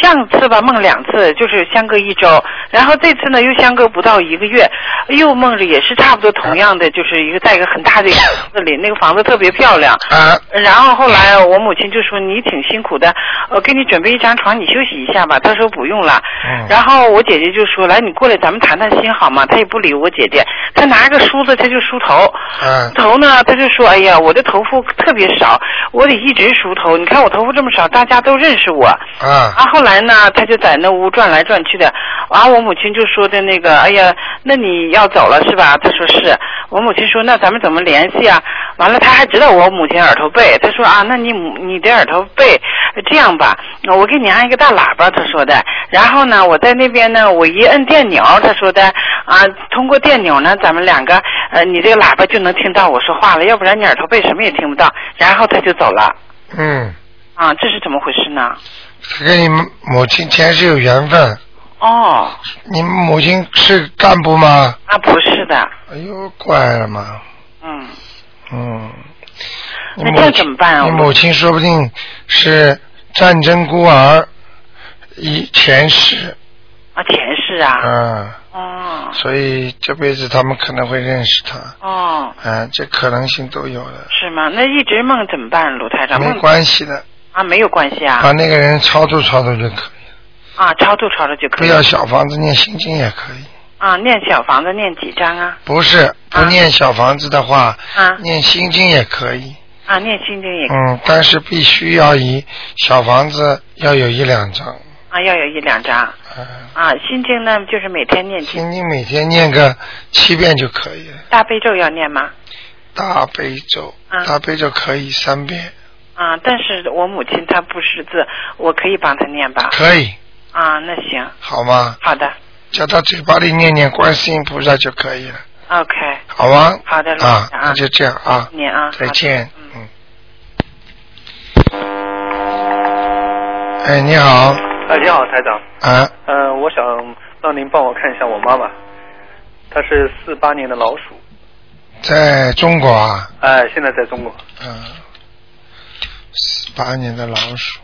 上次吧梦两次，就是相隔一周，然后这次呢又相隔不到一个月，又梦着也是差不多同样的，就是一个在一个很大的一个房子里，那个房子特别漂亮。
啊，
然后后来我母亲就说你挺辛苦的，我给你准备一张床，你休息一下吧。她说不用了。
嗯
然后我姐姐就说来你过来咱们谈谈心好吗？她也不理我姐姐，她拿个梳子她就梳头，
嗯，
头呢，他就说：“哎呀，我的头发特别少，我得一直梳头。你看我头发这么少，大家都认识我。”
啊
啊，后来呢，他就在那屋转来转去的。啊，我母亲就说的那个：“哎呀，那你要走了是吧？”他说是。我母亲说：“那咱们怎么联系啊？”完了，他还知道我母亲耳朵背，他说：“啊，那你母你的耳朵背，这样吧，我给你按一个大喇叭。”他说的。然后呢，我在那边呢，我一摁电钮，他说的啊，通过电钮呢，咱们两个呃，你这个喇叭就能听到我说话了，要不然你耳朵背什么也听不到。然后他就走了。
嗯，
啊，这是怎么回事呢？
他跟你母亲前世有缘分。
哦，
你母亲是干部吗？
啊，不是的，
哎呦，怪了嘛。
嗯，
嗯。你
那
母
这
亲
怎么办啊
你
我
母亲说不定是战争孤儿，以前世，
啊，前世啊，
嗯，
哦，
所以这辈子他们可能会认识他，
哦，
嗯，这可能性都有的，
是吗？那一直梦怎么办，卢台长？
没
梦
关系的，
啊，没有关系啊，
把那个人超度超度就可以，
啊，超度超度就可
不
以。
要小房子念心经也可以，
啊，念小房子念几张啊？
不是不念小房子的话，
啊
念心经也可以，
啊，念心经也
嗯，但是必须要以小房子要有一两张，
啊，要有一两张。
嗯，
啊，心经呢，就是每天念经，
心经每天念个七遍就可以了，
大悲咒要念吗？
大悲咒，
啊
大悲咒可以三遍，
啊，但是我母亲她不识字，我可以帮她念吧？
可以，
啊，那行，
好吗？
好的
叫他嘴巴里念念观世音菩萨就可以了，
，OK，
好吗？
好的，
啊，
啊
那，就这样啊，
念啊，
再见
好的。
嗯。哎，你好，
哎，你好，台长。
啊，
呃，我想让您帮我看一下我妈妈，她是四八年的老鼠，
在中国啊，
哎、现在在中国。
嗯，四八年的老鼠，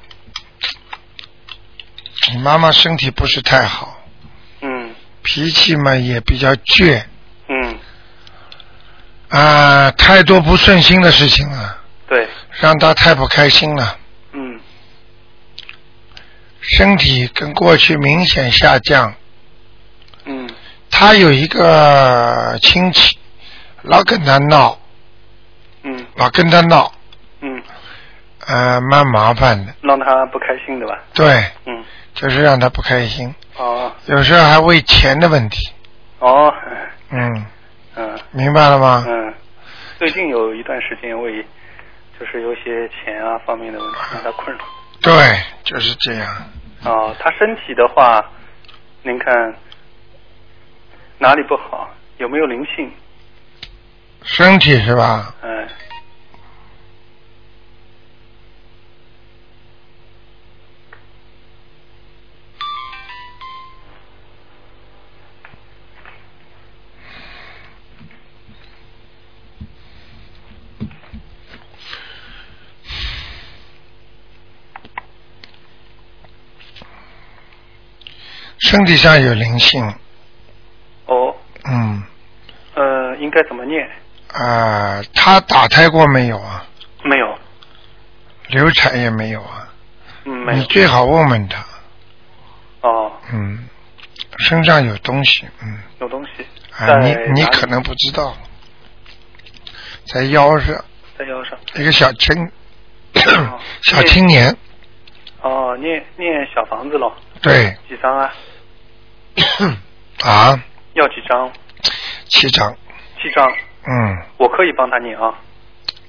你妈妈身体不是太好，
嗯
脾气嘛也比较倔
嗯，
啊，太多不顺心的事情了，
对，
让她太不开心了。
嗯
身体跟过去明显下降。
嗯
他有一个亲戚，老跟他闹，
嗯
老跟他闹，
嗯，
呃，蛮麻烦的。
让她不开心的吧？
对，
嗯，
就是让他不开心，
哦
有时候还为钱的问题。
哦，
嗯，
嗯
明白了吗？
嗯，最近有一段时间我也就是有些钱啊方面的问题让她困扰。
对，就是这样。
哦，她身体的话，您看哪里不好？有没有灵性？
身体是吧？
嗯、
身体上有灵性。
哦，
嗯
呃，应该怎么念？
啊、他打胎过没有啊？
没有，
流产也没有啊？
嗯，没
你
有。
最好问问他。
哦，
嗯，身上有东西。嗯。
有东西
啊，你
在
你
哪里
可能不知道，在腰上
在腰 上。
一个小青
哦
小青年，
哦，念念小房子喽，
对
几张啊？
啊，
要几张？
七张，
七张，
嗯，
我可以帮他念啊。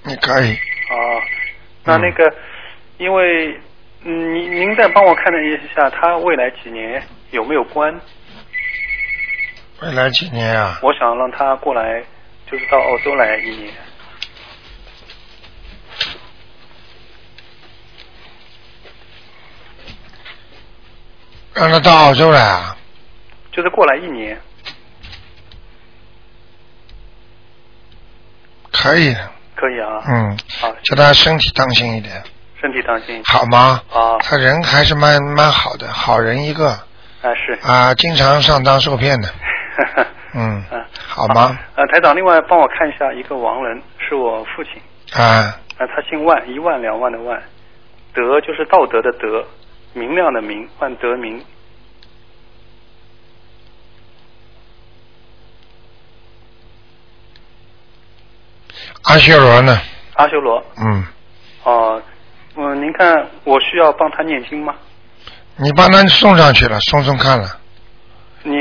你可以，
哦，那那
嗯
个，因为嗯，您您再帮我看了一下，他未来几年有没有关？
未来几年啊，
我想让他过来，就是到澳洲来一年。
让他到澳洲来啊？
就是过来一年，
可以的，
可以啊。
嗯
好，
叫他身体当心一点，
身体当心。
好吗？
啊，
他人还是蛮蛮好的，好人一个
啊是。
啊，经常上当受骗 的，嗯，
啊
好吗？
啊，台长，另外帮我看一下一个亡人，是我父亲，
啊，
啊，他姓万，一万两万的万，德就是道德的德，明亮的明，万德明，
阿修罗呢？
阿修罗。
嗯，
哦、嗯、您看我需要帮他念经吗？
你帮他送上去了，送送看了，
念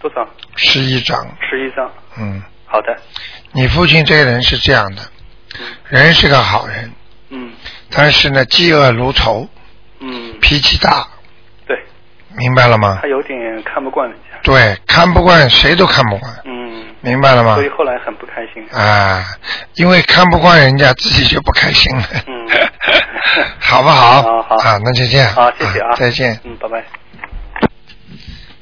多少？
十一章，
十一张。
嗯，
好的，
你父亲这个人是这样的，人是个好人，
嗯
但是呢，嫉恶如仇，
嗯，
脾气大，
对，哎
明白了吗
他？有点看不惯人家，
对，看不惯谁都看不惯，
嗯，
明白了吗
所？以后来很不开心。
啊，因为看不惯人家，自己就不开心了，
嗯
好不好？
好好
啊，那就这样。
好，谢谢啊，
再见。
嗯，拜拜。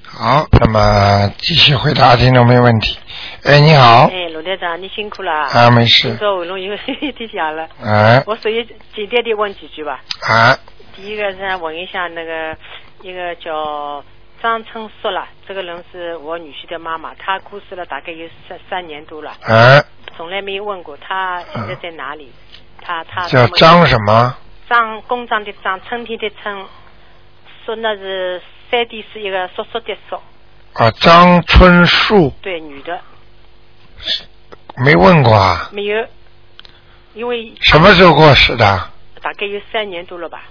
好，那么继续回答听众朋友问题。哎，你好，
哎，罗队长，你辛苦了。
啊没事
听说伟龙因为提醒了。
哎
我随意简单的问几句吧。
啊，
第一个是问一下那个一个叫张春硕啦，这个人是我女婿的妈妈，她过世了大概有三三年多了。
哎，
从来没有问过她现在在哪里。她她
叫张什？么？
张公章的张，春天的春，硕那是三点是一个硕硕的硕，
啊，张春树，
对，女的
没问过啊？
没有，因为
什么时候过世的？
大概有三年多了吧。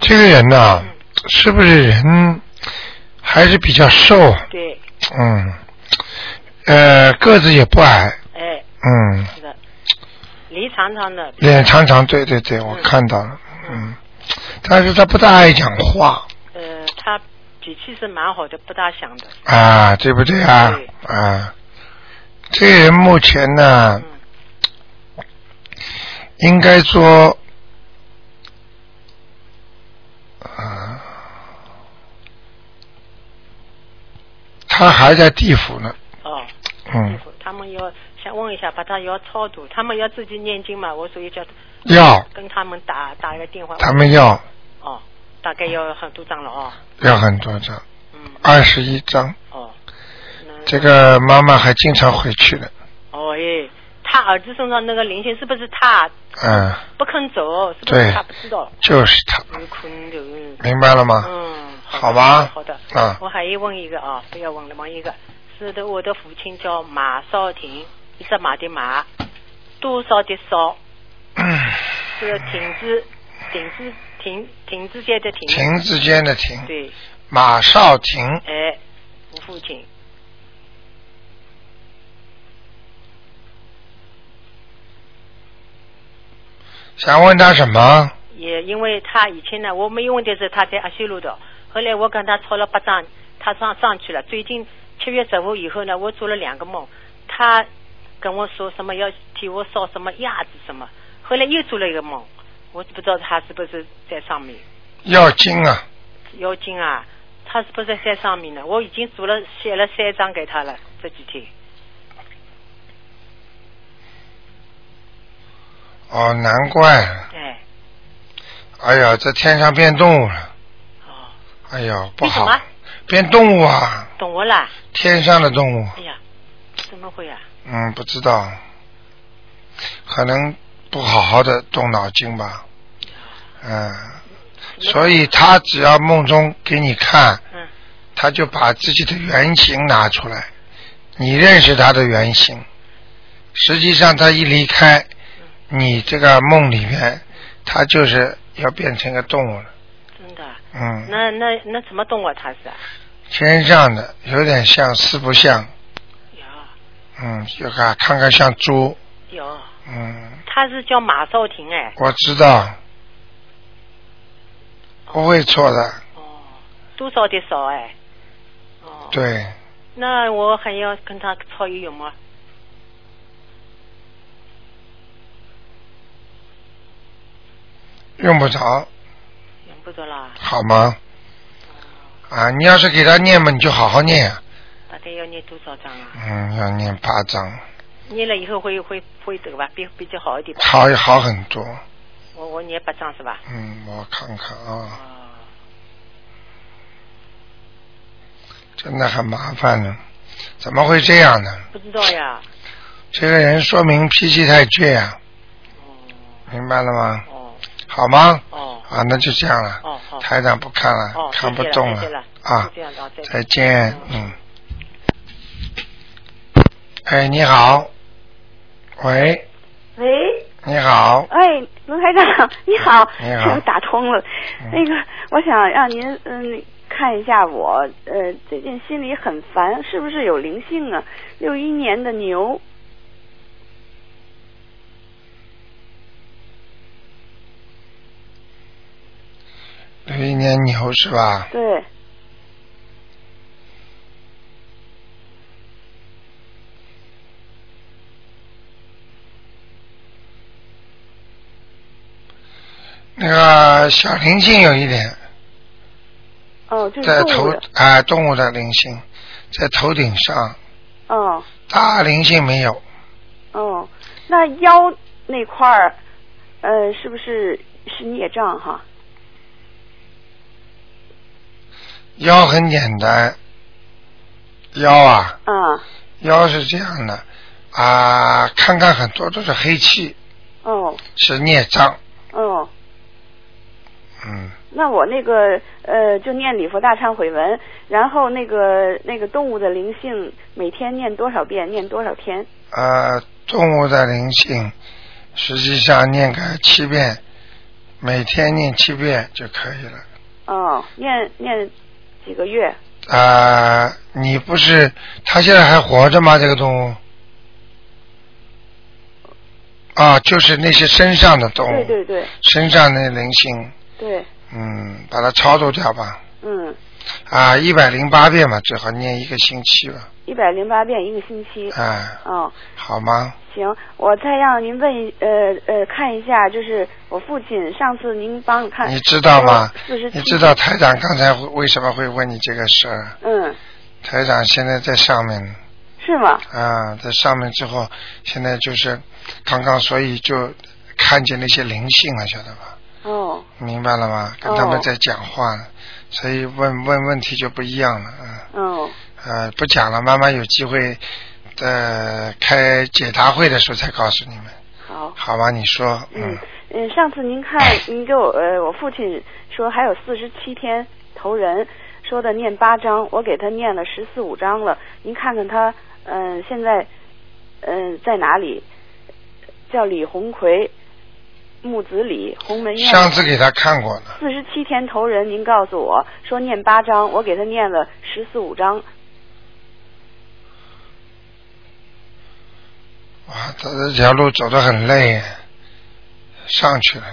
这个人呐、
嗯
是不是人还是比较瘦？啊
对，
嗯，呃，个子也不矮，
哎，
嗯，
是的，脸长长的，
脸长长，对对对，我看到了，嗯，但是他不大爱讲话
呃，他脾气是蛮好的，不大想的，
啊，对不对啊？啊，这个人目前呢，
嗯
应该说，啊，他还在地府呢，
哦，
嗯，
他们要想问一下，把他要超度，他们要自己念经嘛，我所以叫
要
跟他们打打一个电话，
他们要
哦，大概要很多张了哦，
要很多张，二十一张。
嗯哦，
这个妈妈还经常回去的，
哦哎，他儿子身上那个灵性是不是他
嗯，
不肯走？是不
对
是他不知道？
就是他，
有可能的，嗯。
明白了吗？
嗯，
好吧
好的。
啊
我还要问一个啊，不要问了，问一个，是的，我的父亲叫马少廷，一只马的马，多少的少，
嗯
嗯是停止，停止，停停止间的停。
停止间的停
对，
马少廷，
哎，我父亲，
想问他什么？
也因为他以前呢，我没有问的是他在阿修罗道，后来我跟他吵了八张，他上上去了。最近七月十五以后呢，我做了两个梦，他跟我说什么要替我烧什么鸭子什么，后来又做了一个梦，我不知道他是不是在上面
要经啊，
妖精啊，他是不是在上面呢？我已经做了写了三张给他了，这几天
哦，难怪，
哎，
哎呀，这天上变动物了，哎呀，不
哦为什
好，
么
变动物啊，
懂我啦？
天上的动物，
哎呀，怎么会啊？
嗯，不知道，可能不好好的动脑筋吧，嗯，所以他只要梦中给你看，他就把自己的原型拿出来，你认识他的原型，实际上他一离开你这个梦里面，他就是要变成个动物了，
真的啊。
嗯，
那那那怎么动啊？他是啊？
天上的有点像四不像，嗯，就看看看像猪，
有，啊
嗯，
他是叫马少廷哎，
我知道，不会错的，
多少的少哎。
对，
那我还要跟他抄一有吗？
用不着，
用不着啦，
好吗？啊，你要是给他念嘛，你就好好念，
大概要念多少章啊？
嗯，要念八章，
念了以后会会会这个吧，比比较好一点吧。
好好很多。
我我念八章是吧？
嗯，我看看啊，真的很麻烦呢，怎么会这样呢？
不知道呀，
这个人说明脾气太倔啊，明白了吗？好吗？
哦，
啊，那就这样了。
哦好
台长不看了，
哦，
看不
谢谢
动
谢谢了
啊
就，这样的啊，再见
再见，嗯。哎，你好，喂，
喂，
你好，
哎，卢台长，你好，
你好嗯
我 打通了。那个，我想让您嗯看一下我，呃，最近心里很烦，是不是有灵性啊？六一年的牛，
六一年牛是吧？
对，
那个小灵性有一点，
哦，
嗯
这
在
是动
头
物
啊
的，、
动物的灵性在头顶上，
哦
大灵性没有，
哦，那腰那块儿，呃，是不是是孽障哈？
腰很简单，腰啊，
啊，
腰是这样的啊，看看很多都是黑气，
哦
是孽障，
哦，
嗯，
那我那个呃，就念礼佛大忏悔文，然后那个那个动物的灵性，每天念多少遍，念多少天？
呃，动物的灵性实际上念个七遍，每天念七遍就可以了。
哦，念念几个月？
啊、你不是它现在还活着吗？这个动物？啊，就是那些身上的动
对
物，
对对
身上的灵性，
对，
嗯，把它超度掉吧。
嗯，
啊，一百零八遍嘛，最好念一个星期吧。
一百零八遍一个星期。
啊，
哦，
好吗？
行，我再让您问一呃呃看一下，就是我父亲上次您帮我看，
你知道吗？
啊四十
你知道台长刚才会为什么会问你这个事儿？
嗯，
台长现在在上面呢。
是吗？
啊，在上面之后，现在就是刚刚，所以就看见那些灵性了，晓得吧？
哦，
明白了吗？跟他们
哦
在讲话了，所以问问问题就不一样了。嗯，
哦，
呃，不讲了，慢慢有机会，呃，开解答会的时候才告诉你们，
好，
好吗？你说，嗯，
嗯，上次您看，您给我呃，我父亲说还有四十七天投人，说的念八章，我给他念了十四五章了。您看看他，嗯、现在，嗯、在哪里？叫李红奎，木子李，鸿门宴。
上次给他看过了，
四十七天投人，您告诉我说念八章，我给他念了十四五章。
哇，他这条路走得很累，上去了，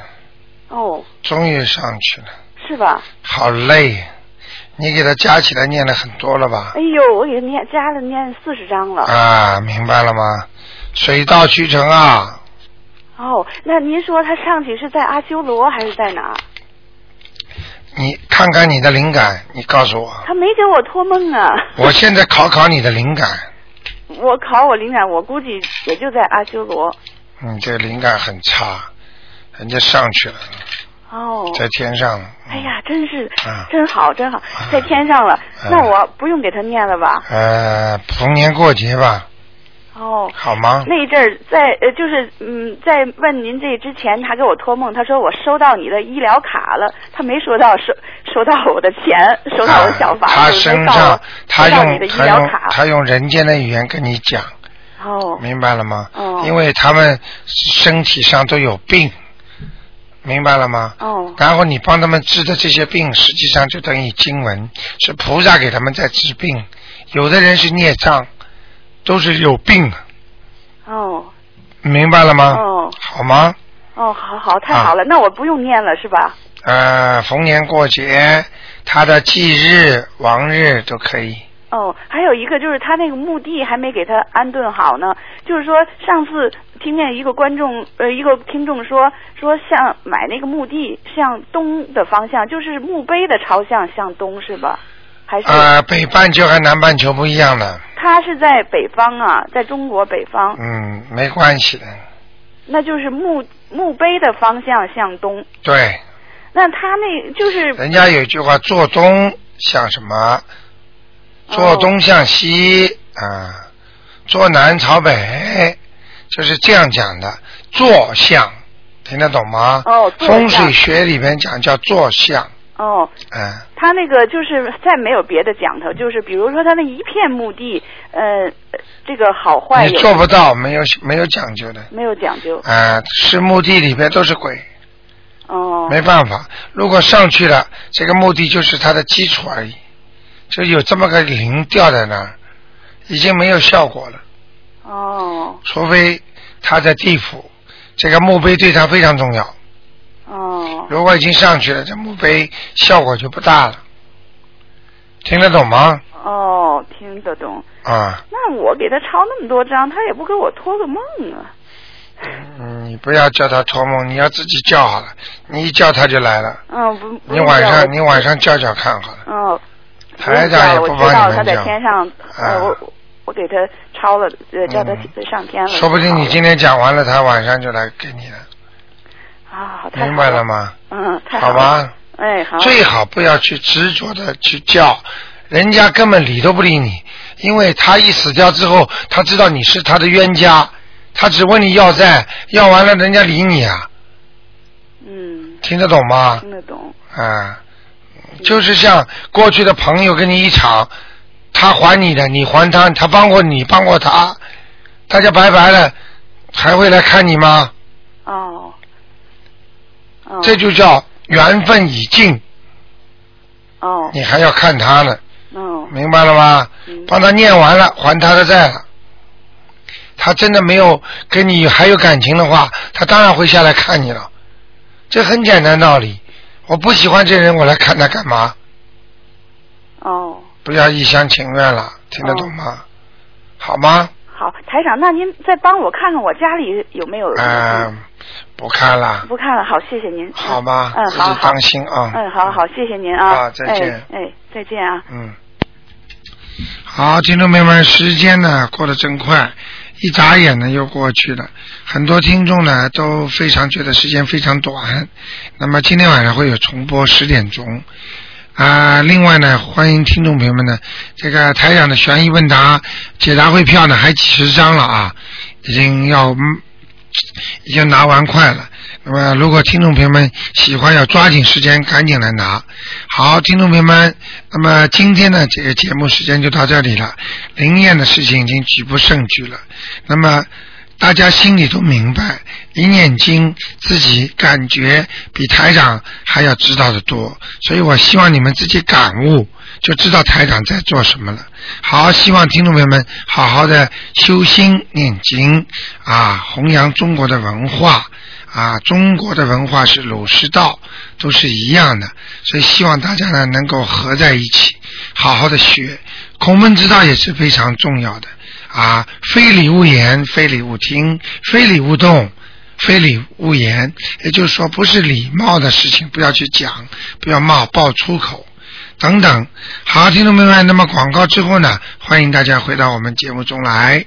哦，
终于上去了，
是吧？
好累。你给他加起来念了很多了吧？
哎呦，我给他念加了念四十章了。
啊，明白了吗？水到渠成啊，
哦，那您说他上去是在阿修罗还是在哪？
你看看你的灵感，你告诉我，
他没给我托梦啊！
我现在考考你的灵感，
我考我灵感，我估计也就在阿修罗。
嗯，这个灵感很差，人家上去了，
哦，
在天上了，
哎呀，真是
啊，哎
真好，真好，在天上了。那我不用给他念了吧？
呃，逢年过节吧，
哦，
好吗？
那一阵儿在呃，就是嗯，在问您这之前，他给我托梦，他说我收到你的医疗卡了，他没说到收收到我的钱，收到我小房子，
他身
收到
上
我，
他
收到你的
用
医
他
疗
用
卡。
他用人间的语言跟你讲，
哦
明白了吗？
哦
因为他们身体上都有病，明白了吗？
哦
然后你帮他们治的这些病，实际上就等于经文，是菩萨给他们在治病。有的人是孽障，都是有病，
哦
明白了吗？啊
哦
好吗？
哦，好好，太好了，那我不用念了是吧？
呃，逢年过节，他的忌日、王日都可以。
哦，还有一个就是他那个墓地还没给他安顿好呢。就是说，上次听见一个观众呃一个听众说说向买那个墓地向东的方向，就是墓碑的朝向向东是吧？还是、
呃，北半球和南半球不一样的，
他是在北方啊，在中国北方，
嗯，没关系的，
那就是墓墓碑的方向向东。
对，
那他那就是
人家有句话，坐东向什么？
哦
坐东向西啊、坐南朝北，就是这样讲的。坐向，听得懂吗？
哦坐向
风水学里面讲叫坐向，
哦，
嗯、
他那个就是再没有别的讲头，就是比如说他那一片墓地，呃，这个好坏
你
有
做不到，没有没有讲究的。
没有讲究
啊、是墓地里边都是鬼，
哦，
没办法。如果上去了，这个墓地就是它的基础而已，就有这么个灵吊在那儿，已经没有效果了。
哦
除非他在地府，这个墓碑对他非常重要。
哦
如果已经上去了，这墓碑效果就不大了。听得懂吗？
哦，听得懂。
啊，
那我给他抄那么多张，他也不给我托个梦啊。
嗯你不要叫他托梦，你要自己叫好了。你一叫他就来了。
嗯，不，不
你
用
晚
叫
上
我
你晚上叫叫看好了。
哦，不
台长
用叫
也
了我
不
知
帮
道
你
他
们
在
叫。
天上，
啊
呃，我我给他抄了，呃，叫他
嗯
上天了。
说不定你今天讲完了，他晚上就来给你了，
啊，太好
明白了？吗？
嗯，太
好
了
吧。
哎，好。
最好不要去执着的去叫，人家根本理都不理你，因为他一死掉之后，他知道你是他的冤家，他只问你要债，要完了人家理你啊。嗯。听得懂吗？
听得懂。
啊，就是像过去的朋友跟你一场，他还你的，你还他，他帮过你，帮过他，大家拜拜了，还会来看你吗？
哦。哦
这就叫缘分已尽，
哦
你还要看他呢。
哦嗯
明白了吗？帮他念完了，还他的债了。他真的没有跟你还有感情的话，他当然会下来看你了。这很简单道理。我不喜欢这人，我来看他干嘛？
哦，
不要一厢情愿了，听得懂吗？好吗？
好，台长，那您再帮我看看我家里有没有？
嗯、不看了，
不看了，好，谢谢您。
好吧，
嗯，
自
好
己
好
当心啊。
嗯，好好，谢谢您啊。
啊再见
哎，哎再见啊。
嗯，好，听众朋友们，时间呢过得真快，一眨眼呢又过去了。很多听众呢都非常觉得时间非常短，那么今天晚上会有重播十点钟。啊、另外呢，欢迎听众朋友们呢，这个台长的悬疑问答解答会票呢还几十张了啊，已经要嗯已经拿完快了。那么，如果听众朋友们喜欢，要抓紧时间，赶紧来拿。好，听众朋友们，那么今天呢，这个节目时间就到这里了。灵验的事情已经举不胜举了，那么大家心里都明白，一念经自己感觉比台长还要知道的多，所以我希望你们自己感悟，就知道台长在做什么了。好，希望听众朋友们好好的修心念经啊，弘扬中国的文化。啊，中国的文化是儒释道都是一样的，所以希望大家呢能够合在一起，好好的学。孔孟之道也是非常重要的啊，非礼勿言，非礼勿听，非礼勿动。非礼勿言，也就是说，不是礼貌的事情不要去讲，不要冒爆粗口等等。好，听众朋友们，那么广告之后呢，欢迎大家回到我们节目中来。